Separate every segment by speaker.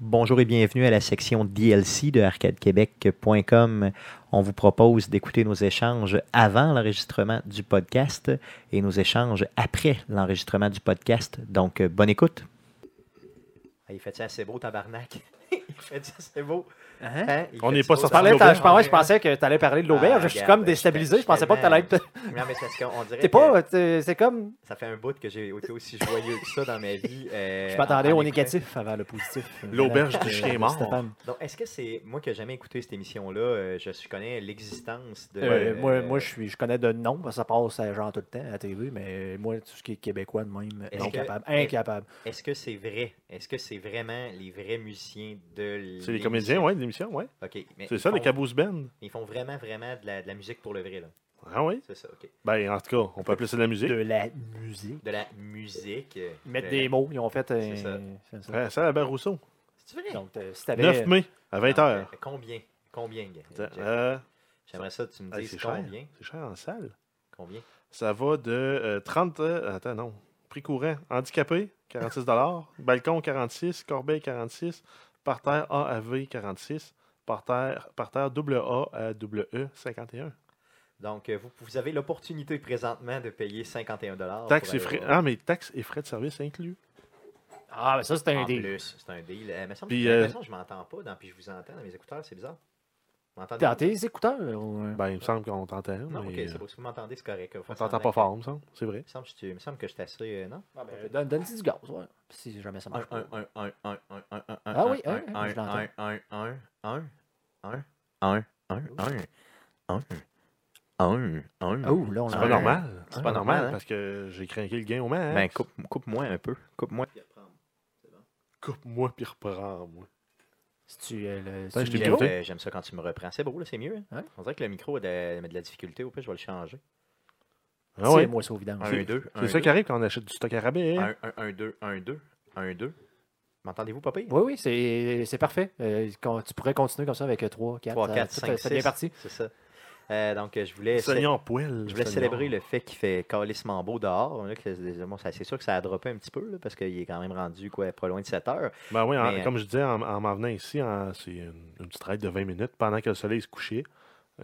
Speaker 1: Bonjour et bienvenue à la section DLC de arcadequebec.com. On vous propose d'écouter nos échanges avant l'enregistrement du podcast et nos échanges après l'enregistrement du podcast. Donc, euh, bonne écoute. Ah, il fait ça assez beau, tabarnak. il fait ça assez beau. Hein? Il
Speaker 2: On
Speaker 1: fait
Speaker 2: n'est
Speaker 1: ça
Speaker 2: pas
Speaker 1: beau,
Speaker 2: sorti
Speaker 1: tabarnak.
Speaker 2: de
Speaker 3: Parlais,
Speaker 2: l'auberge.
Speaker 3: t'as- je, pensais, je pensais que t'allais parler de l'auberge.
Speaker 1: Ah,
Speaker 3: je suis
Speaker 1: regarde,
Speaker 3: comme déstabilisé.
Speaker 1: je-
Speaker 3: Je pensais pas que t'allais être.
Speaker 1: Non, mais c'est parce qu'on dirait
Speaker 3: T'es
Speaker 1: que
Speaker 3: pas. t'es- C'est comme.
Speaker 1: ça fait un bout que j'ai été aussi joyeux que ça dans ma vie. euh,
Speaker 3: Je
Speaker 1: en-
Speaker 3: m'attendais
Speaker 1: en
Speaker 3: au
Speaker 1: écoutant.
Speaker 3: négatif avant le positif.
Speaker 2: L'auberge
Speaker 3: Euh,
Speaker 2: du chien mort.
Speaker 3: Stéphane.
Speaker 1: Donc, est-ce que c'est moi qui n'ai jamais écouté cette émission-là, euh, je suis- connais l'existence de.
Speaker 3: Euh, moi,
Speaker 1: euh,
Speaker 3: moi je, suis, je connais de nom, parce que ça passe à genre tout le temps à la TV, mais moi, tout ce qui est québécois de même,
Speaker 1: Est-ce que-
Speaker 3: incapable. Incapable.
Speaker 1: Est-ce que c'est vrai Est-ce que c'est vraiment les vrais musiciens de.
Speaker 2: C'est les comédiens, ouais, de l'émission, ouais.
Speaker 1: Ok, mais
Speaker 2: C'est
Speaker 1: ils
Speaker 2: ça, les
Speaker 1: font-
Speaker 2: Caboose Ben.
Speaker 1: Ils font vraiment, vraiment de la, de la musique pour le vrai, là.
Speaker 2: Ah oui?
Speaker 1: C'est ça, ok.
Speaker 2: Ben, en tout cas, on peut appeler ça de la musique.
Speaker 3: De la musique.
Speaker 1: De la musique. euh,
Speaker 3: Ils mettent
Speaker 1: de-
Speaker 3: des mots, ils ont fait.
Speaker 1: C'est
Speaker 3: euh,
Speaker 1: ça.
Speaker 3: c'est ça.
Speaker 2: Ouais, ça, à Ben Rousseau.
Speaker 1: C'est vrai
Speaker 3: Donc, euh, si t'avais.
Speaker 2: 9 mai, à
Speaker 1: Non,
Speaker 2: 20h.
Speaker 1: mais Combien Combien gars?
Speaker 2: Euh,
Speaker 1: J'aimerais ça que tu me
Speaker 2: hey,
Speaker 1: dises
Speaker 2: c'est cher.
Speaker 1: combien
Speaker 2: C'est cher en salle.
Speaker 1: Combien
Speaker 2: Ça va de euh, 30... euh, attends, non. Prix courant. Handicapé, 46 Balcon, 46 Corbeil, 46 Parterre A à V, 46 Parterre, parterre double A à double E,
Speaker 1: Ah,
Speaker 2: 51
Speaker 1: Donc, euh, vous, vous avez l'opportunité présentement de payer 51 dollars.
Speaker 2: Taxes et frais... Ah, mais taxes et frais de service inclus.
Speaker 3: Ah, mais ça, c'était un
Speaker 1: En
Speaker 3: deal.
Speaker 1: plus, c'est un deal. Euh, mais ça me
Speaker 2: Puis,
Speaker 1: j'ai
Speaker 2: euh,
Speaker 1: l'impression que je m'entends pas, dans, puis je vous entends dans mes écouteurs, c'est bizarre. Vous m'entendez
Speaker 3: Dans tes écouteurs. euh,
Speaker 2: Ben, il me semble qu'on t'entend.
Speaker 1: Non,
Speaker 2: mais,
Speaker 1: ok,
Speaker 2: euh,
Speaker 1: c'est beau. Si vous m'entendez, c'est correct. Vous
Speaker 2: On
Speaker 1: faites
Speaker 2: t'entend
Speaker 1: semblant
Speaker 2: pas
Speaker 1: que-
Speaker 2: fort, il me semble. C'est vrai.
Speaker 1: Il me semble que je- il me semble que je suis assez. euh, non
Speaker 3: euh, donne- Donne-y du gaz, ouais. Si jamais ça marche. pas.
Speaker 1: Ah
Speaker 3: oui, un, un, je l'entends. Oh, là, on
Speaker 2: C'est
Speaker 1: Ah,
Speaker 2: pas
Speaker 1: ouais.
Speaker 2: normal.
Speaker 1: pas
Speaker 2: C'est
Speaker 1: normal,
Speaker 2: pas normal
Speaker 1: hein?
Speaker 2: parce que j'ai craqué le gain au max.
Speaker 1: Ben, coupe, coupe-moi un peu. Coupe-moi.
Speaker 2: Coupe-moi puis reprends-moi.
Speaker 3: Si tu euh, le.
Speaker 2: Attends,
Speaker 3: si
Speaker 2: je
Speaker 3: tu le
Speaker 2: t'ai
Speaker 1: J'aime
Speaker 2: micro?
Speaker 1: euh, j'aime ça quand tu me reprends. C'est beau, là, c'est mieux. hein?
Speaker 3: Ouais.
Speaker 1: On dirait que le micro a de, met de la difficulté. Au pire, je vais le changer.
Speaker 2: Ah ouais.
Speaker 3: moi, ça au vidange.
Speaker 1: Un,
Speaker 2: C'est-
Speaker 1: deux. un,
Speaker 2: C'est ça
Speaker 1: deux.
Speaker 2: qui arrive quand on achète du stock hein. à rabais.
Speaker 1: 1, 1, 1, 2, 1, 2, 1, 2. M'entendez-vous, papy?
Speaker 3: Oui, oui, c'est c'est parfait. Euh, con- tu pourrais continuer comme ça avec euh, 3, 4,
Speaker 1: 3, 4,
Speaker 3: ça,
Speaker 1: 5, 6.
Speaker 3: ça devient parti.
Speaker 1: C'est ça. Euh, donc, euh, je voulais.
Speaker 2: Seigneur poêle.
Speaker 1: Je voulais
Speaker 2: Seigneur.
Speaker 1: célébrer le fait qu'il fait calissement beau dehors. Là, que- bon, ça- c'est sûr que ça a droppé un petit peu là, parce qu'il est quand même rendu quoi, pas loin de 7 heures.
Speaker 2: Ben oui, en-
Speaker 1: Mais, euh,
Speaker 2: comme je disais, en, en m'en venant ici, en- c'est une, une petite raide de 20 minutes. Pendant que le soleil se couchait,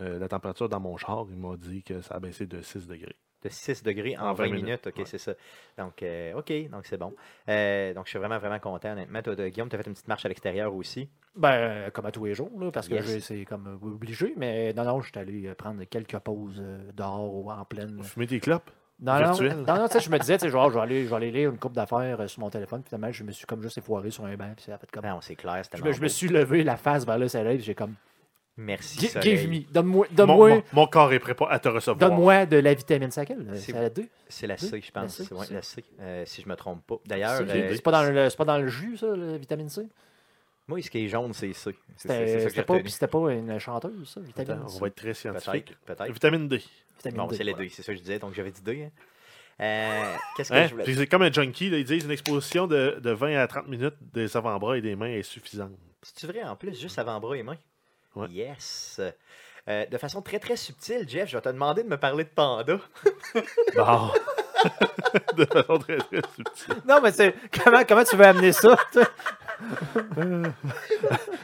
Speaker 2: euh, la température dans mon char, il m'a dit que ça a baissé de 6 degrés.
Speaker 1: De 6 degrés en,
Speaker 2: En
Speaker 1: 20
Speaker 2: 20
Speaker 1: minutes.
Speaker 2: minutes,
Speaker 1: OK,
Speaker 2: ouais.
Speaker 1: c'est ça. Donc, euh, OK, donc c'est bon. Euh, donc, je suis vraiment, vraiment content. Honnêtement, toi, de- Guillaume, tu as fait une petite marche à l'extérieur aussi.
Speaker 3: Ben, euh, comme à tous les jours, là, parce que
Speaker 1: Yes.
Speaker 3: je- c'est comme euh, obligé, mais non, non, je suis allé euh, prendre quelques pauses euh, dehors ou en pleine.
Speaker 2: Fumer tes clopes?
Speaker 3: Non, non,
Speaker 2: virtuel.
Speaker 3: non, non, tu sais, je me disais, tu sais, genre, je vais aller, je vais aller lire une coupe d'affaires euh, sur mon téléphone, puis finalement, je me suis comme juste effoiré sur un banc, puis ça a fait
Speaker 2: Ah,
Speaker 3: comme.
Speaker 1: Ben, on s'est clair, c'était
Speaker 3: Je me, je me suis levé la face vers le soleil, puis j'ai comme.
Speaker 1: Merci.
Speaker 3: Gi-
Speaker 1: soleil.
Speaker 3: Give me, donne-moi,
Speaker 2: mon,
Speaker 3: donne-moi,
Speaker 2: mon- mon corps est prêt pas à te recevoir.
Speaker 3: donne-moi de la vitamine Sakel. euh,
Speaker 1: C'est-
Speaker 3: C'est à la deux.
Speaker 1: C'est la C, je
Speaker 3: La
Speaker 1: pense.
Speaker 3: C,
Speaker 1: C'est- ouais,
Speaker 3: c'est-
Speaker 1: la C, euh, si je me trompe pas. D'ailleurs,
Speaker 3: C'est
Speaker 1: euh,
Speaker 3: c'est pas, dans le- c'est pas dans le jus, ça, la vitamine C.
Speaker 1: moi, ce qui est jaune, c'est C. C'est- c'est- c'est
Speaker 3: C'était
Speaker 1: ça que j'ai
Speaker 3: c'était pas,
Speaker 1: retenu.
Speaker 3: puis c'était pas une chanteuse, ça,
Speaker 2: Attends,
Speaker 3: vitamine
Speaker 2: on
Speaker 3: C.
Speaker 2: va être très scientifique.
Speaker 1: Peut-être, peut-être.
Speaker 2: Vitamine D.
Speaker 3: Vitamine
Speaker 1: Bon,
Speaker 3: D,
Speaker 1: c'est les
Speaker 3: voilà.
Speaker 1: deux, c'est ça que je disais. Donc, j'avais dit deux. hein. Euh, Qu'est-ce que
Speaker 2: Hein?
Speaker 1: je voulais
Speaker 2: C'est c'est comme un junkie, là, ils disent une exposition de, de 20 à 30 minutes des avant-bras et des mains est suffisante.
Speaker 1: C'est vrai, en plus, juste avant-bras et mains.
Speaker 2: Ouais.
Speaker 1: Yes. Euh, de façon très très subtile, Jeff, je vais te demander de me parler de panda.
Speaker 3: Bah.
Speaker 2: Bon. de façon très, très subtile.
Speaker 3: Non, mais c'est comment, comment tu veux amener ça? toi?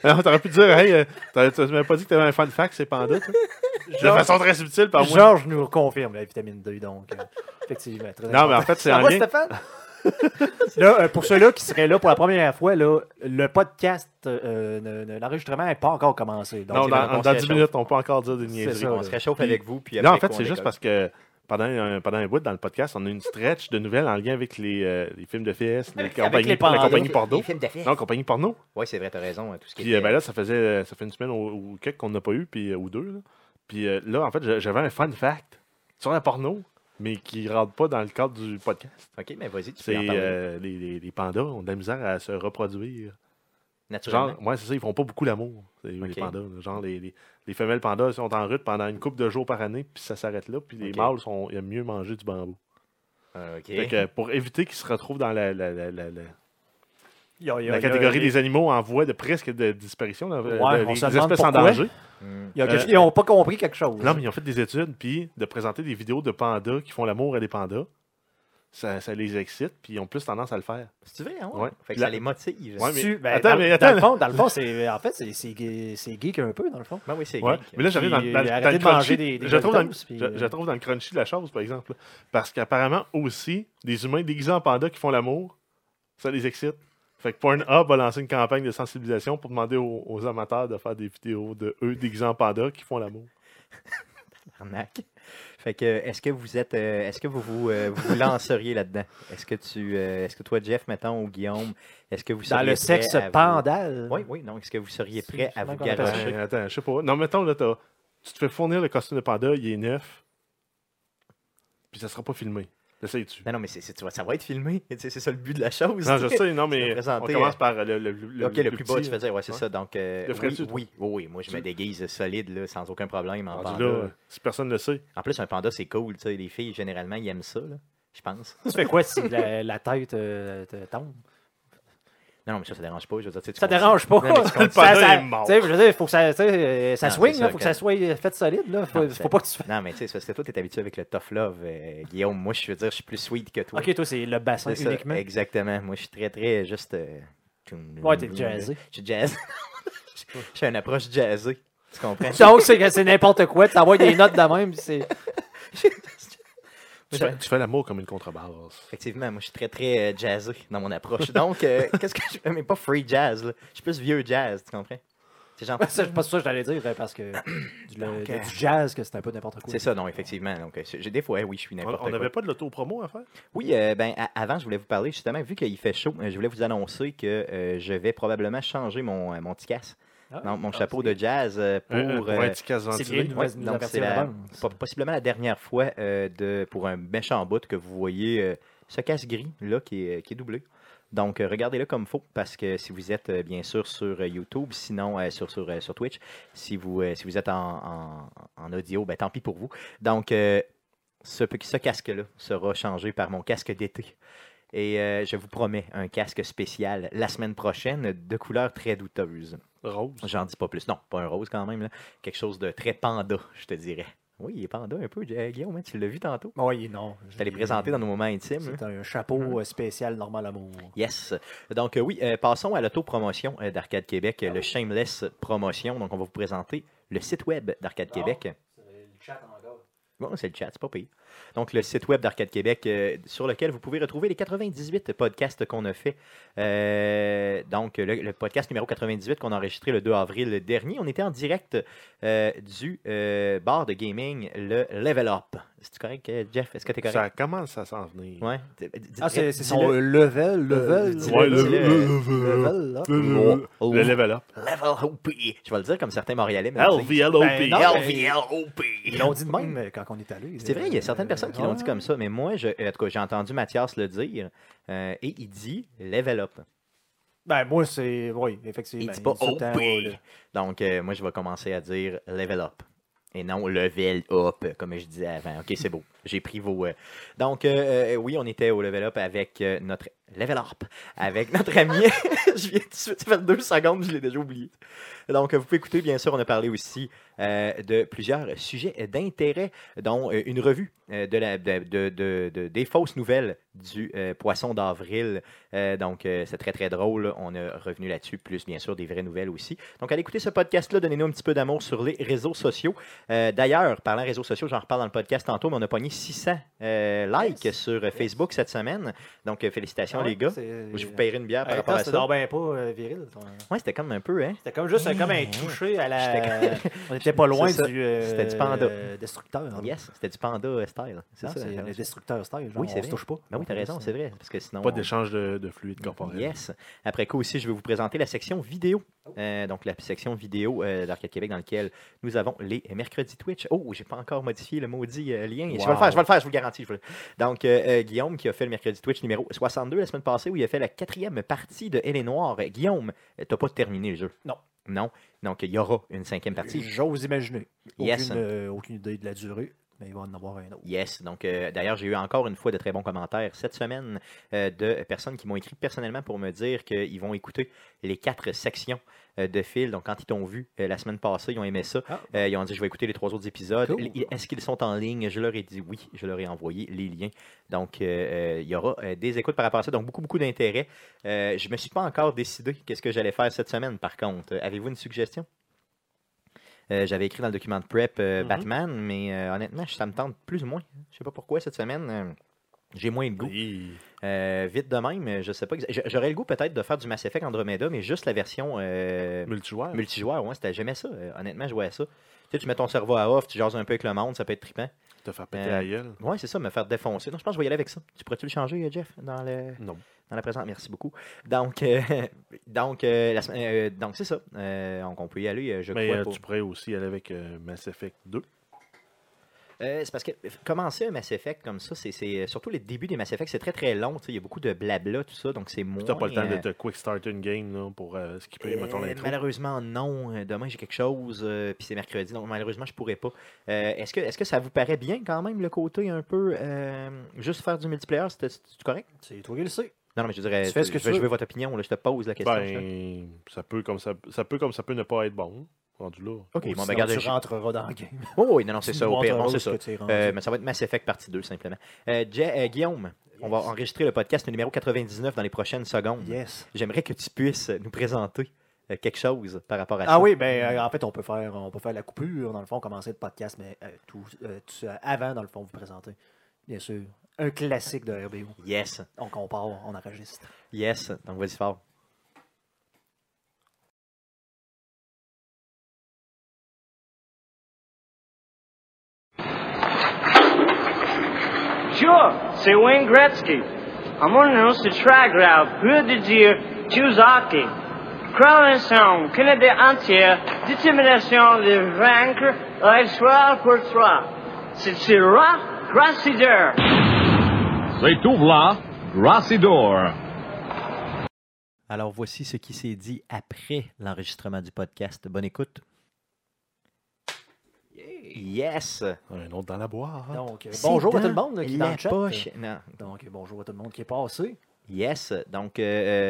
Speaker 2: Alors, t'aurais pu dire, hey, euh, t'aurais- tu m'avais pas dit que t'avais un fun fact, c'est Panda, toi? De façon très subtile, par moi.
Speaker 3: Georges nous confirme la vitamine D, donc. euh, effectivement, très
Speaker 2: Non, mais en
Speaker 3: important.
Speaker 2: fait, c'est
Speaker 3: Ça
Speaker 2: en
Speaker 3: va,
Speaker 2: lien.
Speaker 3: Stéphane? Là, euh, pour ceux-là qui seraient là pour la première fois, là, le podcast, euh, ne- ne- l'enregistrement n'est pas encore commencé. Donc,
Speaker 2: Non,
Speaker 1: c'est
Speaker 2: dans,
Speaker 1: vraiment
Speaker 2: dans
Speaker 1: qu'on
Speaker 2: 10
Speaker 1: se
Speaker 2: minutes, on peut encore dire des
Speaker 3: C'est
Speaker 2: niaiseries.
Speaker 3: ça,
Speaker 1: on se réchauffe avec vous. Puis
Speaker 2: Non, en
Speaker 1: après
Speaker 2: fait,
Speaker 1: qu'on
Speaker 2: c'est juste
Speaker 1: décolle.
Speaker 2: parce que pendant un, pendant un bout dans le podcast, on a une stretch de nouvelles en lien avec les, euh, les films de fesses, les
Speaker 3: Avec
Speaker 2: compagnies-
Speaker 3: les
Speaker 2: la
Speaker 3: pandas.
Speaker 2: compagnie
Speaker 1: Les
Speaker 2: porno.
Speaker 1: films de fesses.
Speaker 2: Non, compagnie porno.
Speaker 1: Oui, c'est vrai, t'as raison. hein, Tout ce qui
Speaker 2: Puis
Speaker 1: est.
Speaker 2: euh, ben là, ça faisait euh, ça fait une semaine ou, ou quelques qu'on n'a pas eu, puis, euh, ou deux. Là. Puis euh, là, en fait, j'a- j'avais un fun fact sur la porno, mais qui rentre pas dans le cadre du podcast.
Speaker 1: Ok, mais vas-y, tu peux en
Speaker 2: C'est
Speaker 1: parler.
Speaker 2: euh, les, les- les pandas ont de la misère à se reproduire.
Speaker 1: Naturellement.
Speaker 2: Genre, ouais, c'est ça, ils font pas beaucoup l'amour, c'est- les
Speaker 1: Ok.
Speaker 2: pandas. là. Genre, les, les- les femelles pandas sont en route pendant une couple de jours par année, puis ça s'arrête là, puis les
Speaker 1: Ok.
Speaker 2: mâles sont, ils aiment mieux manger du bambou.
Speaker 1: Ah, ok.
Speaker 2: Fait que pour éviter qu'ils se retrouvent dans la, la- la- la- la-
Speaker 3: Yo, yo,
Speaker 2: la
Speaker 3: yo,
Speaker 2: catégorie
Speaker 3: yo.
Speaker 2: des animaux en voie de presque de disparition, là,
Speaker 3: Ouais,
Speaker 2: de-
Speaker 3: on
Speaker 2: les
Speaker 3: se demande
Speaker 2: espèces
Speaker 3: pourquoi.
Speaker 2: en danger.
Speaker 1: Hmm.
Speaker 3: Ils ont quelque-
Speaker 2: Euh,
Speaker 3: Ils n'ont pas compris quelque chose.
Speaker 2: Non, mais ils ont fait des études, puis de présenter des vidéos de pandas qui font l'amour à des pandas. ça, ça les excite, puis ils ont plus tendance à le faire.
Speaker 1: C'est vrai, hein?
Speaker 2: Ouais.
Speaker 1: Fait que
Speaker 2: La-
Speaker 1: ça les motive.
Speaker 2: Ouais, mais-
Speaker 3: Tu- ben,
Speaker 2: attends,
Speaker 3: dans,
Speaker 2: mais
Speaker 3: dans
Speaker 2: attends.
Speaker 3: le fond, dans le fond, c'est en fait c'est- c'est gay- c'est geek un peu dans le fond.
Speaker 1: Ben oui, c'est
Speaker 2: Ouais.
Speaker 1: geek.
Speaker 2: Mais là, j'arrive dans,
Speaker 3: Puis,
Speaker 2: dans- dans
Speaker 3: arrêtez
Speaker 2: le
Speaker 3: de manger
Speaker 2: crunchy.
Speaker 3: des- des
Speaker 2: je, trouve dans, le-
Speaker 3: Doritos, puis,
Speaker 2: je-
Speaker 3: euh,
Speaker 2: je trouve dans le crunchy de la chose, par exemple. là. Parce qu'apparemment aussi, des humains déguisés en panda qui font l'amour, ça les excite. Fait que Pornhub a lancé une campagne de sensibilisation pour demander aux, aux amateurs de faire des vidéos de eux déguisés en panda qui font l'amour.
Speaker 1: Arnaque. Fait que, est-ce que vous êtes, euh, est-ce que vous vous, euh, vous vous lanceriez là-dedans? Est-ce que tu, euh, est-ce que toi, Jeff, mettons, ou Guillaume, est-ce que vous
Speaker 3: Dans
Speaker 1: seriez
Speaker 3: le
Speaker 1: prêt
Speaker 3: sexe
Speaker 1: à vous-
Speaker 3: pandal.
Speaker 1: Oui, oui, non. Est-ce que vous seriez
Speaker 3: C'est-
Speaker 1: prêt
Speaker 3: c'est
Speaker 1: à
Speaker 3: bien
Speaker 1: vous
Speaker 3: qu'on appelle
Speaker 2: Attends,
Speaker 3: ça.
Speaker 1: garocher?
Speaker 2: attends, je sais pas. Non, mettons, là, t'as- tu te fais fournir le costume de panda, il est neuf, puis ça sera pas filmé. L'essayes-tu?
Speaker 1: Non, non, mais c'est, c'est- tu vois, ça va être filmé. Tu sais, C'est ça le but de la chose.
Speaker 2: Non, je sais, non,
Speaker 1: Tu vas
Speaker 2: mais on
Speaker 1: présenter,
Speaker 2: commence
Speaker 1: euh,
Speaker 2: par le, le- le-
Speaker 1: ok, le plus bas,
Speaker 2: petit,
Speaker 1: tu faisais, ouais, c'est
Speaker 2: Ouais.
Speaker 1: ça. Donc, euh,
Speaker 2: Le
Speaker 1: oui,
Speaker 2: ferais-tu,
Speaker 1: oui,
Speaker 2: toi?
Speaker 1: oui, oui, moi, je me
Speaker 2: Tu-
Speaker 1: déguise solide, là, sans aucun problème en
Speaker 2: rendu
Speaker 1: panda.
Speaker 2: là, euh, si personne ne le sait.
Speaker 1: En plus, un panda, c'est cool, tu sais. Les filles, généralement, ils aiment ça, là, je pense.
Speaker 3: Tu fais quoi si la, la tête euh, te tombe?
Speaker 1: Non, non, mais ça, ça dérange pas. Je veux dire, tu sais, tu
Speaker 3: Ça
Speaker 1: continues-
Speaker 3: dérange pas.
Speaker 1: Non, mais tu
Speaker 2: Le
Speaker 1: continues-
Speaker 2: panda
Speaker 3: ça,
Speaker 2: est mort.
Speaker 3: tu sais, je veux dire, faut que ça, tu sais, euh, ça
Speaker 1: Non,
Speaker 3: swing,
Speaker 1: c'est
Speaker 3: là,
Speaker 1: ça,
Speaker 3: faut que
Speaker 1: quand-
Speaker 3: ça soit euh, fait solide. Là. Faut,
Speaker 1: Non,
Speaker 3: faut
Speaker 1: c'est-
Speaker 3: pas que tu fasses.
Speaker 1: Non, mais tu sais, c'est parce que toi, t'es habitué avec le tough love, euh, Guillaume. Moi, je veux dire, je suis plus sweet que toi.
Speaker 3: Ok, toi, c'est le bassin
Speaker 1: C'est ça,
Speaker 3: uniquement.
Speaker 1: Exactement. Moi, je suis très, très juste. euh,
Speaker 3: Ouais, t'es jazzé.
Speaker 1: Je suis jazz. Je suis une approche jazzée. Tu comprends?
Speaker 3: Donc, c'est que c'est n'importe quoi. Tu envoies des notes de même. puis c'est-
Speaker 2: Tu
Speaker 1: Ça-
Speaker 2: fais, tu fais l'amour comme une contrebasse.
Speaker 1: Effectivement, moi, je suis très, très euh, jazzé dans mon approche. Donc, euh, qu'est-ce que je fais? Mais pas free jazz, là. Je suis plus vieux jazz, tu comprends? C'est genre.
Speaker 3: Ça, je pense que ça, je l'allais dire euh, parce que du, le-
Speaker 1: Donc,
Speaker 3: le-
Speaker 1: euh,
Speaker 3: du jazz, que c'est un peu n'importe quoi.
Speaker 1: C'est ça, non, effectivement. Donc, euh, j'ai des fois, oui, je suis
Speaker 2: On
Speaker 1: n'importe
Speaker 2: on
Speaker 1: quoi.
Speaker 2: n'avait pas de l'auto-promo à faire?
Speaker 1: Oui, euh, ben, a- avant, je voulais vous parler, justement, vu qu'il fait chaud, euh, je voulais vous annoncer que euh, je vais probablement changer mon, euh, mon ticasse,
Speaker 3: Ah,
Speaker 1: donc mon
Speaker 3: ah,
Speaker 1: chapeau
Speaker 3: c'est-
Speaker 1: de jazz euh, pour...
Speaker 2: Un- un- pour un
Speaker 1: euh,
Speaker 2: petit casse
Speaker 3: c'est
Speaker 2: ventilé.
Speaker 3: bien. Nous
Speaker 1: ouais,
Speaker 3: vas- nous
Speaker 1: donc
Speaker 3: avertir
Speaker 1: c'est
Speaker 3: à
Speaker 1: la-
Speaker 3: l'avance.
Speaker 1: po- possiblement la dernière fois euh, de, pour un méchant bout que vous voyez euh, ce casse gris là qui est, qui est doublé. Donc euh, regardez-le comme faut parce que si vous êtes euh, bien sûr sur euh, YouTube, sinon euh, sur, sur, euh, sur Twitch, si vous, euh, si vous êtes en, en- en audio, ben, tant pis pour vous. Donc euh, ce, pe- ce casque-là sera changé par mon casque d'été. Et euh, je vous promets un casque spécial la semaine prochaine de couleur très douteuse.
Speaker 2: Rose.
Speaker 1: J'en dis pas plus. Non, pas un rose quand même. là. Quelque chose de très panda, je te dirais. Oui, il est panda un peu, euh, Guillaume. hein, tu l'as vu tantôt.
Speaker 3: Oui, non.
Speaker 1: Je t'allais présenter dans hein. nos moments intimes. là.
Speaker 3: C'est un
Speaker 1: Hum.
Speaker 3: chapeau euh, spécial normal amour.
Speaker 1: Yes. Donc euh, oui, euh, passons à l'auto-promotion euh, d'Arcade Québec,
Speaker 3: Ah
Speaker 1: euh, le Shameless Promotion. Donc on va vous présenter le site web d'Arcade
Speaker 3: Non.
Speaker 1: Québec.
Speaker 3: Le chat encore.
Speaker 1: Bon, c'est le chat, c'est pas pire. Donc, le site web d'Arcade Québec, euh, sur lequel vous pouvez retrouver les 98 podcasts qu'on a fait. Euh, donc, le, le podcast numéro 98 qu'on a enregistré le 2 avril dernier. On était en direct euh, du euh, bar de gaming, le Level Up. C'est correct, euh, Jeff? Est-ce que t'es correct?
Speaker 2: Ça commence à s'en venir.
Speaker 1: Ouais. D- d-
Speaker 3: Ah, c'est
Speaker 1: dis-
Speaker 3: c'est
Speaker 1: dis-le.
Speaker 3: son euh, level, level.
Speaker 1: dis-le,
Speaker 2: Ouais, le,
Speaker 1: dis-le.
Speaker 2: le- le-
Speaker 3: level, là.
Speaker 2: le-
Speaker 3: euh,
Speaker 2: le-
Speaker 1: Oh.
Speaker 2: le level up.
Speaker 1: Level up. Je vais le dire comme certains Montréalais. mais tu sais,
Speaker 2: LVLOP.
Speaker 3: Ben non.
Speaker 1: LVLOP.
Speaker 3: Ils l'ont dit de même euh, quand on est allé.
Speaker 1: C'est vrai, il y a certaines personnes qui l'ont dit comme ça, mais moi, je, en tout cas, j'ai entendu Mathias le dire, euh, et il dit level up.
Speaker 3: Ben, moi, c'est. Oui, effectivement.
Speaker 1: Il dit pas oh,
Speaker 3: tout le temps,
Speaker 1: OP.
Speaker 3: ouais, là.
Speaker 1: Donc, euh, moi, je vais commencer à dire level up. Et non, level up, comme je disais avant. OK, c'est beau. J'ai pris vos. euh, Donc, euh, euh, oui, on était au level up avec euh, notre. Level up. Avec notre ami. je viens tout de suite faire deux secondes, je l'ai déjà oublié. Donc, euh, vous pouvez écouter, bien sûr, on a parlé aussi euh, de plusieurs sujets d'intérêt, dont euh, une revue euh, de la, de- de- de- de- des fausses nouvelles du euh, poisson d'avril. Euh, donc, euh, c'est très, très drôle. On a revenu là-dessus, plus, bien sûr, des vraies nouvelles aussi. Donc, allez écouter ce podcast-là. Donnez-nous un petit peu d'amour sur les réseaux sociaux. Euh, D'ailleurs, parlant réseaux sociaux, j'en reparle dans le podcast tantôt, mais on a pogné 600 euh, likes
Speaker 3: Yes.
Speaker 1: sur euh, Facebook cette semaine. Donc, euh, félicitations,
Speaker 3: Ah ouais,
Speaker 1: les gars.
Speaker 3: c'est-
Speaker 1: Je vous paierai une bière par
Speaker 3: Hey,
Speaker 1: rapport
Speaker 3: attends,
Speaker 1: à
Speaker 3: c'est
Speaker 1: ça.
Speaker 3: donc ben pas euh, viril. ton-
Speaker 1: Ouais, c'était comme un peu, hein?
Speaker 3: C'était comme juste euh, comme un touché à la. On était pas
Speaker 1: C'est
Speaker 3: loin
Speaker 1: ça.
Speaker 3: du. euh,
Speaker 1: C'était du panda.
Speaker 3: euh, Destructeur.
Speaker 1: Yes, c'était du panda euh, style. C'est
Speaker 3: Non,
Speaker 1: ça.
Speaker 3: C'est le
Speaker 1: intéressant.
Speaker 3: destructeur style.
Speaker 1: Oui,
Speaker 3: Oui,
Speaker 1: c'est
Speaker 3: ça se
Speaker 1: vrai.
Speaker 3: touche pas.
Speaker 1: Ben oui, t'as raison, c'est vrai. Parce que sinon.
Speaker 2: Pas
Speaker 1: on-
Speaker 2: d'échange de, de fluide corporel.
Speaker 1: Yes. Après quoi aussi, je vais vous présenter la section vidéo.
Speaker 3: Oh.
Speaker 1: Euh, donc, la section vidéo euh, d'Arcade Québec dans laquelle nous avons les mercredis Twitch. Oh, j'ai pas encore modifié le maudit euh, lien. Je vais le
Speaker 3: Wow.
Speaker 1: faire, je vais le faire, je vous le garantis. je vais le- Donc, euh, euh, Guillaume qui a fait le mercredi Twitch numéro 62 la semaine passée où il a fait la quatrième partie de Elle est Noire. Euh, Guillaume, euh, t'as pas terminé le jeu.
Speaker 3: Non.
Speaker 1: Non. Donc, il y aura une cinquième partie.
Speaker 3: J'ose imaginer.
Speaker 1: Yes.
Speaker 3: Aucune, euh, aucune idée de la durée. mais il va en avoir un autre.
Speaker 1: Yes. Donc, euh, d'ailleurs, j'ai eu encore une fois de très bons commentaires cette semaine euh, de personnes qui m'ont écrit personnellement pour me dire qu'ils vont écouter les quatre sections euh, de fil. Donc, quand ils t'ont vu euh, la semaine passée, ils ont aimé ça.
Speaker 3: Ah.
Speaker 1: Euh, ils ont dit Je vais écouter les trois autres épisodes.
Speaker 3: Cool.
Speaker 1: L- Est-ce qu'ils sont en ligne Je leur ai dit oui. Je leur ai envoyé les liens. Donc, euh, euh, il y aura euh, des écoutes par rapport à ça. Donc, beaucoup, beaucoup d'intérêt. Euh, je ne me suis pas encore décidé qu'est-ce que j'allais faire cette semaine, par contre. Euh, Avez-vous une suggestion Euh, J'avais écrit dans le document de prep euh,
Speaker 2: Mhm.
Speaker 1: Batman, mais euh, honnêtement, ça me tente plus ou moins. Je sais pas pourquoi cette semaine, euh, j'ai moins le goût.
Speaker 2: Oui.
Speaker 1: Euh, vite de même, euh, je sais pas. exa- j'a- J'aurais le goût peut-être de faire du Mass Effect Andromeda, mais juste la version euh,
Speaker 2: Multijoueur.
Speaker 1: multijoueur. Ouais, c'était- J'aimais ça. euh, honnêtement, je voyais ça. Tu, sais, tu mets ton cerveau à off, tu jases un peu avec le monde, ça peut être trippant.
Speaker 2: Te faire péter
Speaker 1: Euh,
Speaker 2: la gueule.
Speaker 1: Ouais, c'est ça, me faire défoncer. Non, je pense que je vais y aller avec ça. Tu pourrais-tu le changer, euh, Jeff, dans le
Speaker 2: Non.
Speaker 1: dans la présente. Merci beaucoup. Donc, euh, donc, euh, la semaine- euh, donc c'est ça. Euh, donc, on peut y aller, euh, je
Speaker 2: Mais
Speaker 1: crois.
Speaker 2: euh,
Speaker 1: pour-
Speaker 2: tu pourrais aussi aller avec euh, Mass Effect 2.
Speaker 1: Euh, c'est parce que f- commencer un Mass Effect comme ça, c'est c'est- euh, surtout les débuts des Mass Effect, c'est très très long. tu sais, Il y a beaucoup de blabla, tout ça, donc c'est moins.
Speaker 2: Tu n'as pas le temps
Speaker 1: euh,
Speaker 2: de te quick start une game là, pour euh, skipper,
Speaker 1: Euh,
Speaker 2: mettons l'intro.
Speaker 1: malheureusement, non. Euh, Demain, j'ai quelque chose, euh, puis c'est mercredi, donc malheureusement, je pourrais pas. Euh, est-ce, que, est-ce que ça vous paraît bien quand même, le côté un peu euh, juste faire du multiplayer C'était c'est correct
Speaker 3: C'est toi qui le sais.
Speaker 1: Non, non, mais je dirais,
Speaker 3: Tu fais ce que
Speaker 1: je,
Speaker 3: tu
Speaker 1: je
Speaker 3: veux.
Speaker 1: veux votre opinion, là, je te pose la question. je-
Speaker 2: Ben, ça peut, comme ça, ça peut comme ça peut ne pas être bon. Rendu là.
Speaker 1: Ok,
Speaker 3: Ou
Speaker 1: bon, ben,
Speaker 3: sinon,
Speaker 1: regarde,
Speaker 3: tu
Speaker 1: je-
Speaker 3: rentreras dans le game.
Speaker 1: Oh, oui, non, non, c'est
Speaker 3: Tu
Speaker 1: ça, au
Speaker 3: nous
Speaker 1: pire, bon,
Speaker 3: montreras
Speaker 1: c'est ça.
Speaker 3: où est-ce que tu es rendu.
Speaker 1: Euh, mais ça va être Mass Effect partie 2, simplement. Euh, Jay- euh, Guillaume, on va
Speaker 3: Yes.
Speaker 1: enregistrer le podcast numéro 99 dans les prochaines secondes.
Speaker 3: Yes.
Speaker 1: J'aimerais que tu puisses nous présenter euh, quelque chose par rapport à ça.
Speaker 3: Ah oui, ben euh, en fait, on peut faire on peut faire la coupure, dans le fond, commencer le podcast, mais euh, tout, euh, tout ça avant, dans le fond, vous présenter. Bien sûr. Un classique de RBO.
Speaker 1: Yes,
Speaker 3: Donc on part, on enregistre.
Speaker 1: yes, donc vas-y fort.
Speaker 4: Sure, say Wayne Gretzky. I'm on the Rusty Trigraph, Pure de Dieu, Tuzaki. Croissant, Canada entière, détermination de vaincre la soir pour toi. C'est Syrah Grassideur.
Speaker 5: C'est tout là, Rassidor.
Speaker 1: Alors voici ce qui s'est dit après l'enregistrement du podcast. Bonne écoute. Yes!
Speaker 2: Un autre dans la boîte.
Speaker 3: Donc euh,
Speaker 1: Ah, C'est
Speaker 3: bonjour à tout
Speaker 1: dans
Speaker 3: le monde là, qui est dans
Speaker 1: la
Speaker 3: le chat.
Speaker 1: poche. Non.
Speaker 3: Donc euh, bonjour à tout le monde qui est passé.
Speaker 1: Yes! Donc, euh,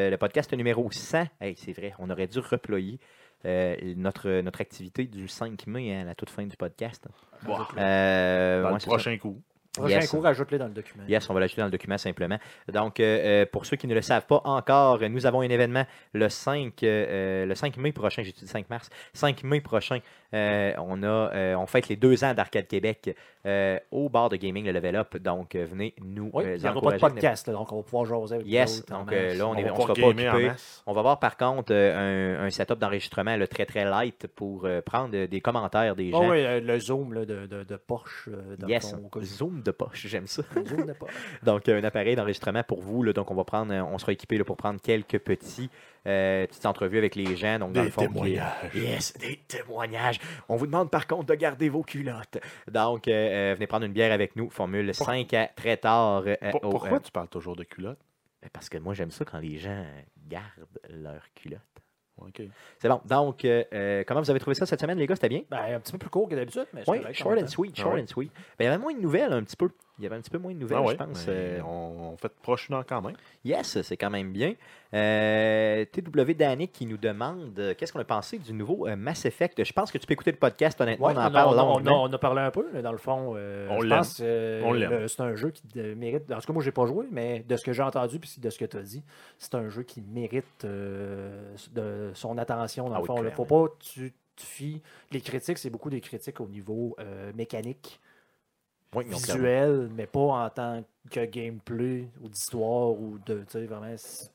Speaker 1: euh, le podcast numéro 100. Hey, c'est vrai, on aurait dû reployer euh, notre, notre activité du 5 mai hein, à la toute fin du podcast.
Speaker 2: Bon,
Speaker 1: Euh,
Speaker 2: dans
Speaker 1: ouais,
Speaker 2: le
Speaker 1: c'est ça.
Speaker 2: prochain coup.
Speaker 3: Prochain
Speaker 1: Yes.
Speaker 3: cours, ajoute-le dans le document.
Speaker 1: Yes, on va l'ajouter dans le document simplement. Donc, euh, euh, pour ceux qui ne le savent pas encore, euh, nous avons un événement le 5, euh, euh, le 5 mai prochain, j'ai dit le 5 mars, 5 mai prochain, euh, on, a, euh, on fête les deux ans d'Arcade Québec euh, au bar de gaming, le Level Up. Donc, euh, venez nous
Speaker 3: Oui,
Speaker 1: euh,
Speaker 3: il n'y aura pas
Speaker 1: encourager.
Speaker 3: de podcast, là, donc on va pouvoir jaser avec
Speaker 1: Yes,
Speaker 3: vous autres en
Speaker 1: donc,
Speaker 3: masse.
Speaker 1: euh, là, on est-
Speaker 2: va
Speaker 1: on
Speaker 2: pouvoir
Speaker 1: sera pas
Speaker 2: gamer en
Speaker 1: occupé.
Speaker 2: masse.
Speaker 1: On va voir par contre euh, un, un setup d'enregistrement le très très light pour euh, prendre euh, des commentaires des
Speaker 3: Ah
Speaker 1: gens.
Speaker 3: oui, euh, le zoom là, de, de, de Porsche. euh, dans
Speaker 1: Yes,
Speaker 3: le fond, au cas où.
Speaker 1: zoom de poche, j'aime ça.
Speaker 3: Le zoom de Porsche.
Speaker 1: Donc, euh, un appareil d'enregistrement pour vous. Là, donc, on va prendre, euh, on sera équipé là, pour prendre quelques petits, euh, petites entrevues avec les gens. Donc, dans
Speaker 2: Des
Speaker 1: le fond, qui-
Speaker 2: témoignages.
Speaker 1: Yes, des témoignages. On vous demande par contre de garder vos culottes. Donc, euh, euh, venez prendre une bière avec nous. Formule 5 à très tard. euh,
Speaker 2: Pour-
Speaker 1: au-
Speaker 2: pourquoi
Speaker 1: euh,
Speaker 2: tu parles toujours de culotte?
Speaker 1: parce que moi, j'aime ça quand les gens euh, gardent leurs culottes.
Speaker 2: Ok.
Speaker 1: C'est bon. Donc, euh, euh, comment vous avez trouvé ça cette semaine, les gars? C'était bien?
Speaker 3: Ben, un petit peu plus court que d'habitude, mais c'est
Speaker 1: Oui,
Speaker 3: correct, en
Speaker 1: short
Speaker 3: même
Speaker 1: and
Speaker 3: temps.
Speaker 1: sweet,
Speaker 2: Ah
Speaker 1: short
Speaker 2: ouais.
Speaker 1: and sweet. Ben, il y avait moins de nouvelles un petit peu. Il y avait un petit peu moins de nouvelles,
Speaker 2: Ah ouais,
Speaker 1: je pense.
Speaker 2: mais
Speaker 1: euh,
Speaker 2: on, on fait proche dans quand même.
Speaker 1: Yes, c'est quand même bien. Euh, TW Danick qui nous demande euh, qu'est-ce qu'on a pensé du nouveau euh, Mass Effect. Je pense que tu peux écouter le podcast, honnêtement,
Speaker 3: Ouais,
Speaker 1: on en parle
Speaker 3: a-
Speaker 1: longuement.
Speaker 3: on a parlé un peu, mais dans le fond. euh,
Speaker 2: On
Speaker 3: je
Speaker 2: l'aime.
Speaker 3: pense, euh,
Speaker 2: On l'aime.
Speaker 3: le- C'est un jeu qui euh, mérite. En tout cas, moi, j'ai pas joué, mais de ce que j'ai entendu puis de ce que tu as dit, c'est un jeu qui mérite euh, de son attention. Dans
Speaker 1: Ah
Speaker 3: le
Speaker 1: oui,
Speaker 3: fond, là. faut
Speaker 1: clairement.
Speaker 3: pas que tu te fies. Les critiques, c'est beaucoup des critiques au niveau euh, mécanique,
Speaker 1: Oui, non, clairement.
Speaker 3: visuel, mais pas en tant que gameplay ou d'histoire ou de. Tu sais, vraiment. c'est-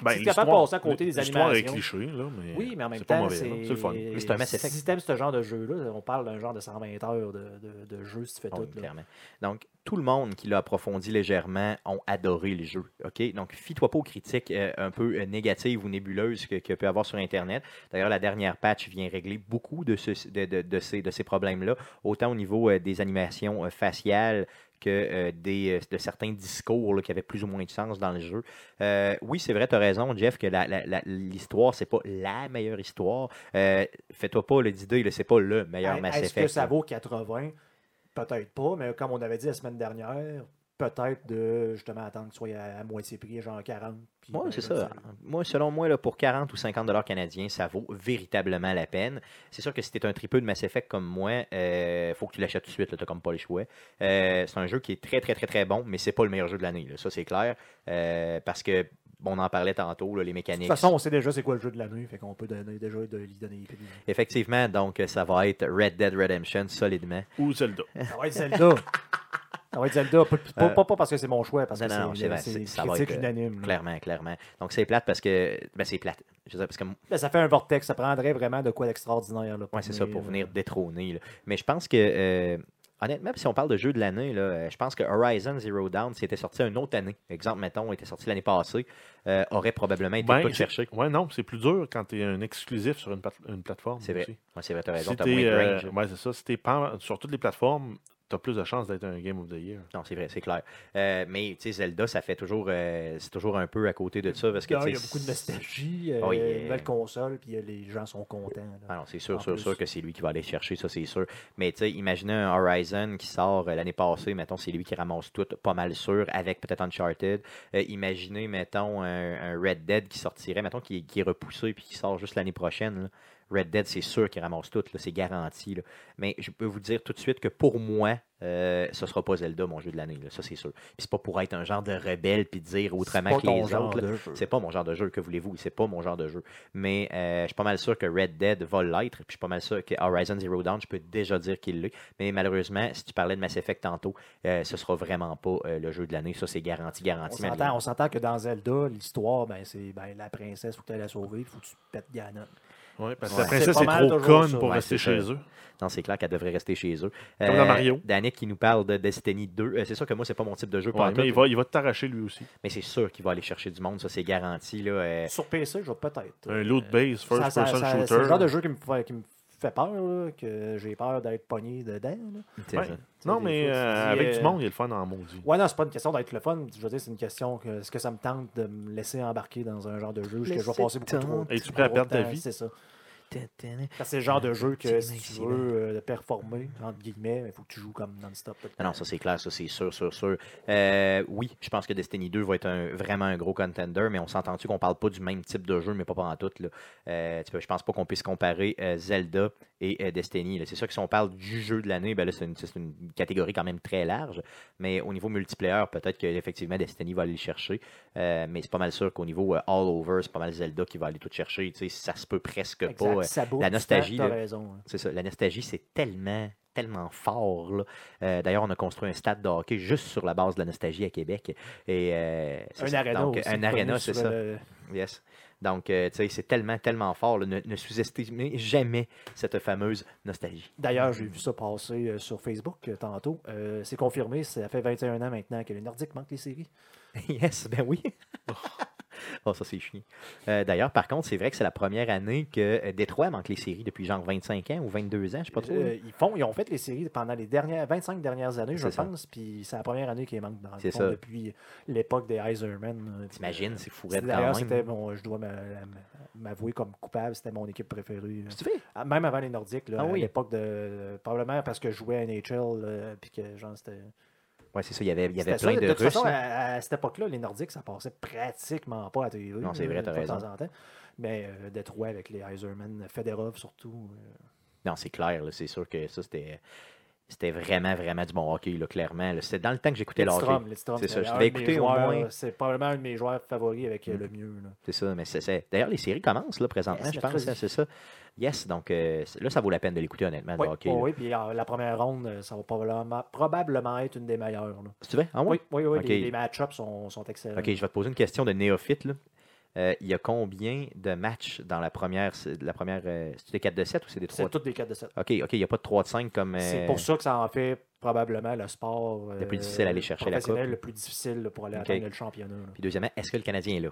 Speaker 2: Ben,
Speaker 3: si t'es capable de
Speaker 2: l'histoire-
Speaker 3: passer à côté des
Speaker 2: L'histoire est
Speaker 3: animations.
Speaker 2: cliché, là, mais,
Speaker 3: Oui, mais en même
Speaker 2: c'est pas
Speaker 3: temps,
Speaker 2: mauvais,
Speaker 3: c'est
Speaker 2: là. C'est le fun.
Speaker 1: Mais c'est un Mass Effect.
Speaker 3: Si t'aimes ce genre de jeu-là, on parle d'un genre de 120 heures de, de, de jeu si tu fais
Speaker 1: Oui,
Speaker 3: tout. là.
Speaker 1: Oh, clairement. Donc, tout le monde qui l'a approfondi légèrement ont adoré le jeu. OK? Donc, fie-toi pas aux critiques euh, un peu euh, négatives ou nébuleuses que, que peut avoir sur Internet. D'ailleurs, la dernière patch vient régler beaucoup de, ce- de, de- de ces, de ces problèmes-là, autant au niveau euh, des animations euh, faciales que euh, des, euh, de certains discours là, qui avaient plus ou moins de sens dans le jeu. Euh, oui, c'est vrai, tu as raison, Jeff, que la- la- la- l'histoire, c'est pas la meilleure histoire. Euh, Fais-toi pas l'idée, là, c'est pas le meilleur
Speaker 3: Hey,
Speaker 1: Mass
Speaker 3: Est-ce que
Speaker 1: Effect.
Speaker 3: ça
Speaker 1: là.
Speaker 3: vaut 80 peut-être pas, mais comme on avait dit la semaine dernière, peut-être de justement attendre que ce soit à, à moitié prix, genre 40. puis
Speaker 1: Oui,
Speaker 3: ben,
Speaker 1: c'est
Speaker 3: je
Speaker 1: ça.
Speaker 3: sais.
Speaker 1: Moi, selon moi, là, pour 40 ou 50 dollars canadiens, ça vaut véritablement la peine. C'est sûr que si t'es un tripeux de Mass Effect comme moi, euh, faut que tu l'achètes tout de suite. là, T'as comme pas le choix. Euh, c'est un jeu qui est très, très, très, très bon, mais c'est pas le meilleur jeu de l'année. là. Ça, c'est clair. Euh, parce que, bon, on en parlait tantôt, là, les
Speaker 3: De toute
Speaker 1: mécaniques.
Speaker 3: façon, on sait déjà c'est quoi le jeu de l'année, fait qu'on peut donner, déjà de, lui donner les prix.
Speaker 1: Effectivement, donc, ça va être Red Dead Redemption solidement.
Speaker 2: Ou Zelda.
Speaker 3: Ça va être Zelda. ça va être Zelda. Pas, pas- pas- pas parce que c'est mon choix, parce
Speaker 1: Euh, Non,
Speaker 3: que
Speaker 1: non, non,
Speaker 3: c'est
Speaker 1: c'est vrai,
Speaker 3: c'est
Speaker 1: c'est- ça va
Speaker 3: critique
Speaker 1: être, euh,
Speaker 3: unanime. là.
Speaker 1: Clairement, clairement. Donc, c'est plate parce que. Ben, c'est plate. Je veux dire, parce que
Speaker 3: Ben, ça fait un vortex, ça prendrait vraiment de quoi d'extraordinaire. là, pour
Speaker 1: Oui, c'est ça, pour
Speaker 3: euh,
Speaker 1: venir détrôner. là. Mais je pense que, euh, honnêtement, si on parle de jeu de l'année, là, euh, je pense que Horizon Zero Dawn, s'il était sorti une autre année, exemple, mettons, était sorti l'année passée, euh, aurait probablement été
Speaker 2: Ben,
Speaker 1: tout
Speaker 2: c'est-
Speaker 1: cherché.
Speaker 2: Ouais, non, c'est plus dur quand t'es un exclusif sur une, plate- une plateforme.
Speaker 1: C'est vrai.
Speaker 2: aussi.
Speaker 1: Ouais, c'est vrai, t'as raison,
Speaker 2: Si
Speaker 1: t'as
Speaker 2: t'es,
Speaker 1: moins de
Speaker 2: euh,
Speaker 1: range.
Speaker 2: ouais, c'est ça. Si t'es pan- sur toutes les plateformes, t'as plus de chances d'être un Game of the Year.
Speaker 1: Non, c'est vrai, c'est clair. Euh, mais, tu sais, Zelda, ça fait toujours, euh, c'est toujours un peu à côté de ça parce que,
Speaker 3: là, Il
Speaker 1: tu
Speaker 3: y a
Speaker 1: sais,
Speaker 3: beaucoup de nostalgie, euh,
Speaker 1: Oh, yeah.
Speaker 3: une nouvelle console, puis euh, les gens sont contents. là.
Speaker 1: Ah non, c'est sûr,
Speaker 3: En
Speaker 1: sûr,
Speaker 3: plus.
Speaker 1: sûr que c'est lui qui va aller chercher, ça, c'est sûr. Mais tu sais, imaginez un Horizon qui sort euh, l'année passée, mettons, c'est lui qui ramasse tout, pas mal sûr, avec peut-être Uncharted. Euh, imaginez, mettons, un, un Red Dead qui sortirait, mettons, qui, est- qui est repoussé puis qui sort juste l'année prochaine. là. Red Dead, c'est sûr qu'il ramasse tout, là, c'est garanti. là. Mais je peux vous dire tout de suite que pour moi, euh, ce sera pas Zelda, mon jeu de l'année, là, ça c'est sûr. Puis c'est pas pour être un genre de rebelle puis dire autrement
Speaker 3: pas
Speaker 1: que
Speaker 3: ton
Speaker 1: les
Speaker 3: genre
Speaker 1: autres. là.
Speaker 3: de jeu.
Speaker 1: C'est pas mon genre de jeu, que voulez-vous, c'est pas mon genre de jeu. Mais euh, je suis pas mal sûr que Red Dead va l'être, puis je suis pas mal sûr que Horizon Zero Dawn, je peux déjà dire qu'il l'est. Mais malheureusement, si tu parlais de Mass Effect tantôt, euh, ce sera vraiment pas euh, le jeu de l'année. Ça, c'est garanti,
Speaker 3: On
Speaker 1: garanti. même
Speaker 3: s'entend, on s'entend que dans Zelda, l'histoire, ben, c'est ben, la princesse, faut que tu la sauver, faut que tu pètes Ganon.
Speaker 2: Ouais, parce que
Speaker 1: Ouais.
Speaker 2: la princesse
Speaker 3: C'est
Speaker 2: est
Speaker 3: pas mal
Speaker 2: trop
Speaker 3: toujours
Speaker 2: conne
Speaker 3: ça.
Speaker 2: pour
Speaker 1: Ouais,
Speaker 2: rester
Speaker 1: c'est
Speaker 2: chez
Speaker 1: ça.
Speaker 2: eux.
Speaker 1: Non, c'est clair qu'elle devrait rester chez eux. Euh,
Speaker 2: Comme dans Mario.
Speaker 1: Danick qui nous parle de Destiny 2. Euh, c'est sûr que moi, c'est pas mon type de jeu.
Speaker 2: Ouais,
Speaker 1: pantoute,
Speaker 2: mais il va, il va t'arracher lui aussi.
Speaker 1: mais c'est sûr qu'il va aller chercher du monde. Ça, c'est garanti. Là, euh,
Speaker 3: Sur PC, je vais peut-être. euh,
Speaker 2: Un loot base, first
Speaker 3: Ça- ça-
Speaker 2: person
Speaker 3: ça-
Speaker 2: shooter.
Speaker 3: C'est le genre de jeu qui me fait, qui me fait peur, là, que j'ai peur d'être pogné dedans. là.
Speaker 1: c'est
Speaker 2: Ouais.
Speaker 1: ça.
Speaker 2: Non,
Speaker 3: des
Speaker 2: mais
Speaker 3: fois, tu
Speaker 2: euh,
Speaker 3: te dis,
Speaker 2: avec
Speaker 3: euh,
Speaker 2: du monde, il y a le fun en maudit.
Speaker 3: Ouais, non, c'est pas une question d'être le fun. Je veux dire, c'est une question que est-ce que ça me tente de me laisser embarquer dans un genre de jeu où je vais
Speaker 1: Laisser
Speaker 3: passer beaucoup trop.
Speaker 1: tenter.
Speaker 2: Es-tu prêt à
Speaker 3: trop
Speaker 2: perdre
Speaker 3: de
Speaker 2: ta
Speaker 3: temps,
Speaker 2: vie?
Speaker 3: C'est ça.
Speaker 1: Tintin.
Speaker 3: Parce que C'est le genre de jeu que si tu
Speaker 1: Maximum.
Speaker 3: veux euh, performer, entre guillemets, il faut que tu joues comme non-stop.
Speaker 1: Non, non, ça c'est clair, ça c'est sûr, sûr, sûr. Euh, oui, je pense que Destiny 2 va être un- vraiment un gros contender, mais on s'entend-tu qu'on parle pas du même type de jeu, mais pas pendant tout. Là. Euh, tu peux- je pense pas qu'on puisse comparer euh, Zelda et euh, Destiny. là. C'est sûr que si on parle du jeu de l'année, ben là, c'est une, c'est une catégorie quand même très large, mais au niveau multiplayer, peut-être qu'effectivement Destiny va aller le chercher, Euh, mais c'est pas mal sûr qu'au niveau euh, all-over, c'est pas mal Zelda qui va aller tout chercher. Tu sais, ça se peut presque pas. euh,
Speaker 3: Exact, ça bouffe
Speaker 1: la
Speaker 3: du temps,
Speaker 1: nostalgie,
Speaker 3: T'as
Speaker 1: là.
Speaker 3: raison. hein.
Speaker 1: c'est ça, la nostalgie, c'est tellement, tellement fort. là. Euh, D'ailleurs, on a construit un stade de hockey juste sur la base de la nostalgie à Québec. Et, euh, c'est
Speaker 3: Un
Speaker 1: ça.
Speaker 3: arena
Speaker 1: Donc,
Speaker 3: aussi,
Speaker 1: Un
Speaker 3: connu
Speaker 1: aréna, c'est
Speaker 3: sur
Speaker 1: ça.
Speaker 3: le-
Speaker 1: Yes. Donc, euh, tu sais, c'est tellement, tellement fort. là. Ne, ne sous-estimez jamais cette fameuse nostalgie.
Speaker 3: D'ailleurs, j'ai vu ça passer euh, sur Facebook euh, tantôt. Euh, c'est confirmé, ça fait 21 ans maintenant que les Nordiques manquent les séries.
Speaker 1: yes, ben oui. oh, ça, c'est chiant. Euh, D'ailleurs, par contre, c'est vrai que c'est la première année que euh, Détroit manque les séries depuis genre 25 ans ou 22 ans, je sais pas trop. là.
Speaker 3: Euh, ils font, ils ont fait les séries pendant les dernières 25 dernières années, je
Speaker 1: C'est ça.
Speaker 3: pense, puis c'est la première année qu'ils manquent dans le
Speaker 1: C'est
Speaker 3: fond,
Speaker 1: ça.
Speaker 3: depuis l'époque des Heiserman. euh,
Speaker 1: T'imagines, c'est
Speaker 3: C'est-
Speaker 1: fourré quand même.
Speaker 3: D'ailleurs, c'était bon, je dois m'a- m'avouer comme coupable, c'était mon équipe préférée. euh,
Speaker 1: Tu fais?
Speaker 3: Ah, Même avant les Nordiques, là,
Speaker 1: Ah
Speaker 3: à
Speaker 1: oui.
Speaker 3: l'époque de. euh, Probablement parce que je jouais à NHL, euh, puis que genre c'était.
Speaker 1: Ouais, c'est ça, il y avait, il y avait
Speaker 3: c'était ça,
Speaker 1: plein de
Speaker 3: toute
Speaker 1: Russes.
Speaker 3: façon,
Speaker 1: là.
Speaker 3: à, à cette époque-là, les Nordiques, ça passait pratiquement pas à TV.
Speaker 1: Non, c'est
Speaker 3: là,
Speaker 1: vrai, t'as
Speaker 3: de
Speaker 1: raison.
Speaker 3: temps en temps. Mais euh, Détroit avec les Heiserman, Federov surtout. euh,
Speaker 1: Non, c'est clair, là, c'est sûr que ça, c'était. C'était vraiment, vraiment du bon hockey, là, clairement. là. C'était dans le temps que j'écoutais le
Speaker 3: Lidstrom,
Speaker 1: hockey.
Speaker 3: Lidstrom,
Speaker 1: C'est ça, je
Speaker 3: un
Speaker 1: l'ai
Speaker 3: de mes
Speaker 1: écouté au
Speaker 3: joueurs, euh,
Speaker 1: moins.
Speaker 3: C'est probablement un de mes joueurs favoris avec euh,
Speaker 1: Mm.
Speaker 3: le mieux. là.
Speaker 1: C'est ça, mais c'est- c'est. D'ailleurs, les séries commencent là, présentement,
Speaker 3: Yes,
Speaker 1: je pense,
Speaker 3: mercredi.
Speaker 1: hein, c'est ça. Yes, donc euh, c'est- là, ça vaut la peine de l'écouter, honnêtement,
Speaker 3: Oui,
Speaker 1: le hockey.
Speaker 3: oui,
Speaker 1: là.
Speaker 3: oui, puis euh, la première ronde, euh, ça va probablement, probablement être une des meilleures. là.
Speaker 1: Tu veux? Ah ouais?
Speaker 3: Oui, oui, oui,
Speaker 1: Ok.
Speaker 3: les, les match-ups sont, sont excellents.
Speaker 1: Ok, je vais te poser une question de néophyte. là. Euh, il y a combien de matchs dans la première. c'est- La première euh, c'est-tu des 4 de 7 ou c'est des 3
Speaker 3: C'est toutes des 4 de 7.
Speaker 1: Ok, ok, il n'y a pas de 3 de 5 comme.
Speaker 3: C'est
Speaker 1: euh,
Speaker 3: pour ça que ça en fait probablement le sport euh,
Speaker 1: Le plus difficile à aller chercher la
Speaker 3: professionnel
Speaker 1: coupe.
Speaker 3: le plus difficile là, pour aller
Speaker 1: Ok.
Speaker 3: atteindre le championnat. là.
Speaker 1: Puis deuxièmement, est-ce que le Canadien est là?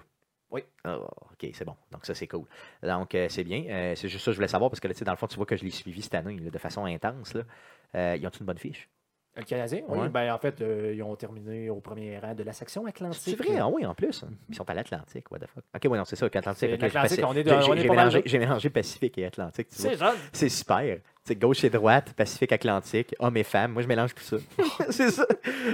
Speaker 3: Oui.
Speaker 1: Ah, ok, c'est bon. Donc ça, c'est cool. Donc euh, c'est bien. Euh, c'est juste ça que je voulais savoir parce que là, tu sais, dans le fond, tu vois que je l'ai suivi cette année là, de façon intense. Là. Euh, ils ont une bonne fiche?
Speaker 3: Le Canadien, oui,
Speaker 1: Ouais.
Speaker 3: ben, en fait, euh, ils ont terminé au premier rang de la section Atlantique.
Speaker 1: C'est vrai?
Speaker 3: là.
Speaker 1: Ah oui, en plus. Ils sont à l'Atlantique. What the fuck? Ok, oui, non, c'est ça. Atlantique.
Speaker 3: C'est
Speaker 1: ok,
Speaker 3: l'Atlantique,
Speaker 1: Pacifique.
Speaker 3: on est de-
Speaker 1: J'ai-
Speaker 3: on
Speaker 1: j'ai-
Speaker 3: est
Speaker 1: J'ai
Speaker 3: pas mal
Speaker 1: mélangé,
Speaker 3: là.
Speaker 1: j'ai mélangé Pacifique et Atlantique. tu vois.
Speaker 3: C'est genre
Speaker 1: C'est super. C'est gauche et droite, Pacifique Atlantique, hommes et femmes. Moi, je mélange tout ça.
Speaker 3: Oh.
Speaker 1: c'est ça.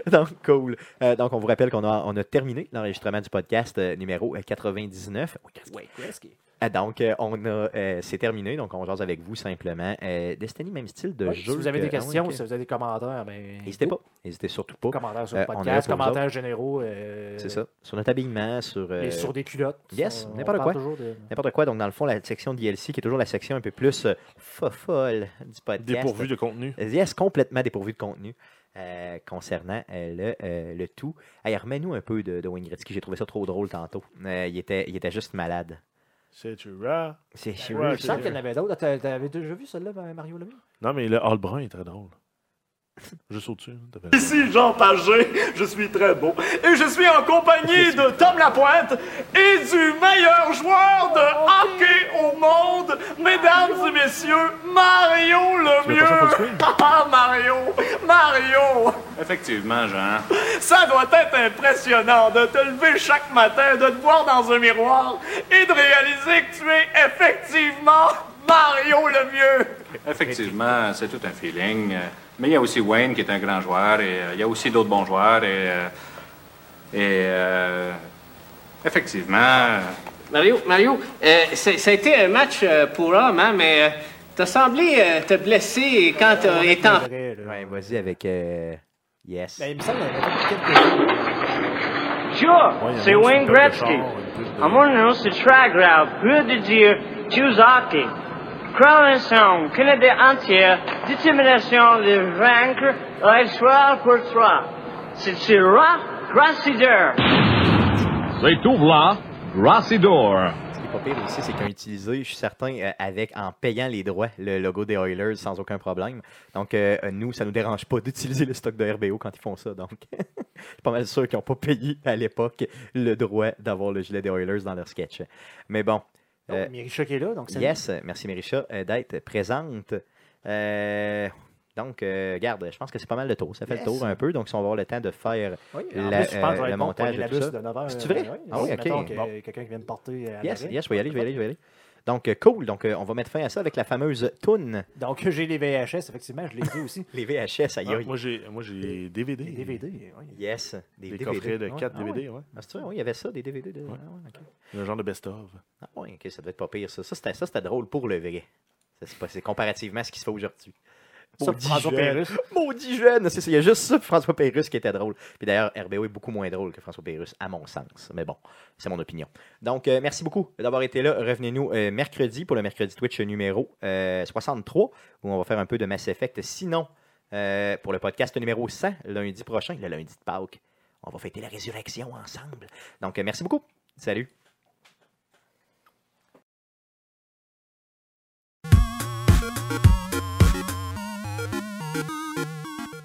Speaker 1: Donc, cool. Euh, donc, on vous rappelle qu'on a, on a terminé l'enregistrement du podcast euh, numéro euh, 99. Oui, qu'est-ce que- Ah, Donc, euh, on a, euh, c'est terminé. Donc, on jase avec vous simplement. Euh, Destiny, même style de
Speaker 3: Ouais,
Speaker 1: jeu.
Speaker 3: si vous avez des
Speaker 1: que- ah, oui,
Speaker 3: questions,
Speaker 1: ok.
Speaker 3: si vous avez des commentaires, ben,
Speaker 1: N'hésitez pas. N'hésitez surtout pas.
Speaker 3: Commentaires sur
Speaker 1: Euh,
Speaker 3: le
Speaker 1: on est là
Speaker 3: podcast,
Speaker 1: pour vous
Speaker 3: commentaires généraux. euh,
Speaker 1: C'est ça. Sur notre habillement, sur. euh,
Speaker 3: Et sur des culottes.
Speaker 1: yes,
Speaker 3: On- on
Speaker 1: n'importe
Speaker 3: parle
Speaker 1: quoi.
Speaker 3: toujours de-
Speaker 1: N'importe quoi. Donc, dans le fond, la section DLC, qui est toujours la section un peu plus euh, fofolle du podcast.
Speaker 2: Dépourvu de contenu.
Speaker 1: Yes, complètement dépourvu de contenu euh, concernant euh, le, euh, le tout. Hey, remets-nous un peu de, de Wayne Gretzky. J'ai trouvé ça trop drôle tantôt. Euh, il, était, il était juste malade.
Speaker 2: C'est tu ra-
Speaker 1: C'est
Speaker 2: ouais,
Speaker 1: chirurgien.
Speaker 3: Il me semble qu'il y en avait d'autres. T'as- T'avais déjà vu celle-là, Mario Lamy?
Speaker 2: Non, mais le Hall Brun est très drôle. Juste au-dessus. hein, t'appelles.
Speaker 6: Ici Jean Pagé, je suis très beau et je suis en compagnie de Tom Lapointe et du meilleur joueur de hockey au monde, mesdames et messieurs, Mario
Speaker 2: Tu veux pas ça, faut le
Speaker 6: Lemieux.
Speaker 2: suivre?
Speaker 6: Ah Mario, Mario,
Speaker 5: Effectivement, Jean.
Speaker 6: ça doit être impressionnant de te lever chaque matin, de te voir dans un miroir et de réaliser que tu es effectivement Mario Lemieux.
Speaker 5: Effectivement, c'est tout un feeling. euh, Mais il y a aussi Wayne qui est un grand joueur et euh, il y a aussi d'autres bons joueurs et. euh, Et. euh, effectivement. euh,
Speaker 7: Mario, Mario, euh, c'est- ça a été un match euh, pour homme, hein, mais euh, t'as semblé euh, te blesser quand t'as été en...
Speaker 3: Vrai, là.
Speaker 1: Ouais, vas-y avec. euh, yes.
Speaker 3: Ben, il me semble qu'il y en avait fait quelques-uns.
Speaker 2: Ouais, il y
Speaker 4: Sure,
Speaker 2: en a
Speaker 4: c'est
Speaker 2: un, c'est
Speaker 4: Wayne
Speaker 2: une pub de
Speaker 4: Gretzky.
Speaker 2: char, une pub de-
Speaker 4: I'm on the Tragraph, Peu de Dieu, Tuzaki. Croissant, Canada entière, détermination de vaincre, la soir pour toi. C'est Syrah Grassideur.
Speaker 5: C'est tout là, Grassidor.
Speaker 1: Ce qui est pas pire aussi, c'est qu'ils ont utilisé, je suis certain, euh, avec, en payant les droits, le logo des Oilers sans aucun problème. Donc, euh, euh, nous, ça nous dérange pas d'utiliser le stock de RBO quand ils font ça. Donc, je suis pas mal sûr qu'ils n'ont pas payé à l'époque le droit d'avoir le gilet des Oilers dans leur sketch. Mais bon,
Speaker 3: Donc,
Speaker 1: Euh,
Speaker 3: Mirisha qui est là, donc c'est
Speaker 1: yes, merci Mérisha euh, d'être présente. Euh, donc, euh, garde, je pense que c'est pas mal le tour. Ça fait
Speaker 3: Yes.
Speaker 1: le tour un peu. Donc, si on va avoir le temps de faire
Speaker 3: Oui, en
Speaker 1: la-
Speaker 3: plus, je pense
Speaker 1: euh,
Speaker 3: que
Speaker 1: le
Speaker 3: le
Speaker 1: montage
Speaker 3: montage
Speaker 1: et
Speaker 3: la
Speaker 1: tout
Speaker 3: bus
Speaker 1: ça.
Speaker 3: de 9 heures.
Speaker 1: C'est-tu vrai?
Speaker 3: euh,
Speaker 1: Ah oui,
Speaker 3: si,
Speaker 1: ok.
Speaker 3: mettons que,
Speaker 1: Bon.
Speaker 3: euh, Quelqu'un qui vient me porter. euh, à
Speaker 1: Yes,
Speaker 3: l'arrêt.
Speaker 1: yes, je vais y aller, je vais y aller, je vais y aller. Donc, euh, cool. Donc, euh, on va mettre fin à ça avec la fameuse toune.
Speaker 3: Donc, j'ai les VHS, effectivement, je les ai aussi.
Speaker 1: Les VHS, aïe
Speaker 2: Ah,
Speaker 1: aïe.
Speaker 2: moi, j'ai, moi, j'ai DVD.
Speaker 3: Les DVD, oui.
Speaker 1: Yes, des,
Speaker 2: Des
Speaker 1: DVD.
Speaker 2: coffrets de
Speaker 1: Ouais.
Speaker 2: 4
Speaker 1: Ah
Speaker 2: DVD,
Speaker 1: ouais.
Speaker 2: ouais.
Speaker 1: Ah, c'est vrai, oui, il y avait ça, des DVD. De... Ah, ouais, ok.
Speaker 2: Un genre de best-of.
Speaker 1: Ah ouais, ok, ça devait être pas pire, ça. Ça, c'était, ça, c'était drôle pour le vrai. Ça, c'est, pas- c'est comparativement à ce qui se fait aujourd'hui.
Speaker 3: Ça,
Speaker 1: Maudit
Speaker 3: François
Speaker 1: jeune.
Speaker 3: Pérusse.
Speaker 1: Maudit jeune! C'est ça, il y a juste ça, François Pérusse, qui était drôle. Puis d'ailleurs, RBO est beaucoup moins drôle que François Pérusse, à mon sens. Mais bon, c'est mon opinion. Donc, euh, merci beaucoup d'avoir été là. Revenez-nous euh, mercredi pour le mercredi Twitch numéro euh, 63, où on va faire un peu de Mass Effect. Sinon, euh, pour le podcast numéro 100, lundi prochain, le lundi de Pâques, on va fêter la résurrection ensemble. Donc, euh, merci beaucoup. Salut!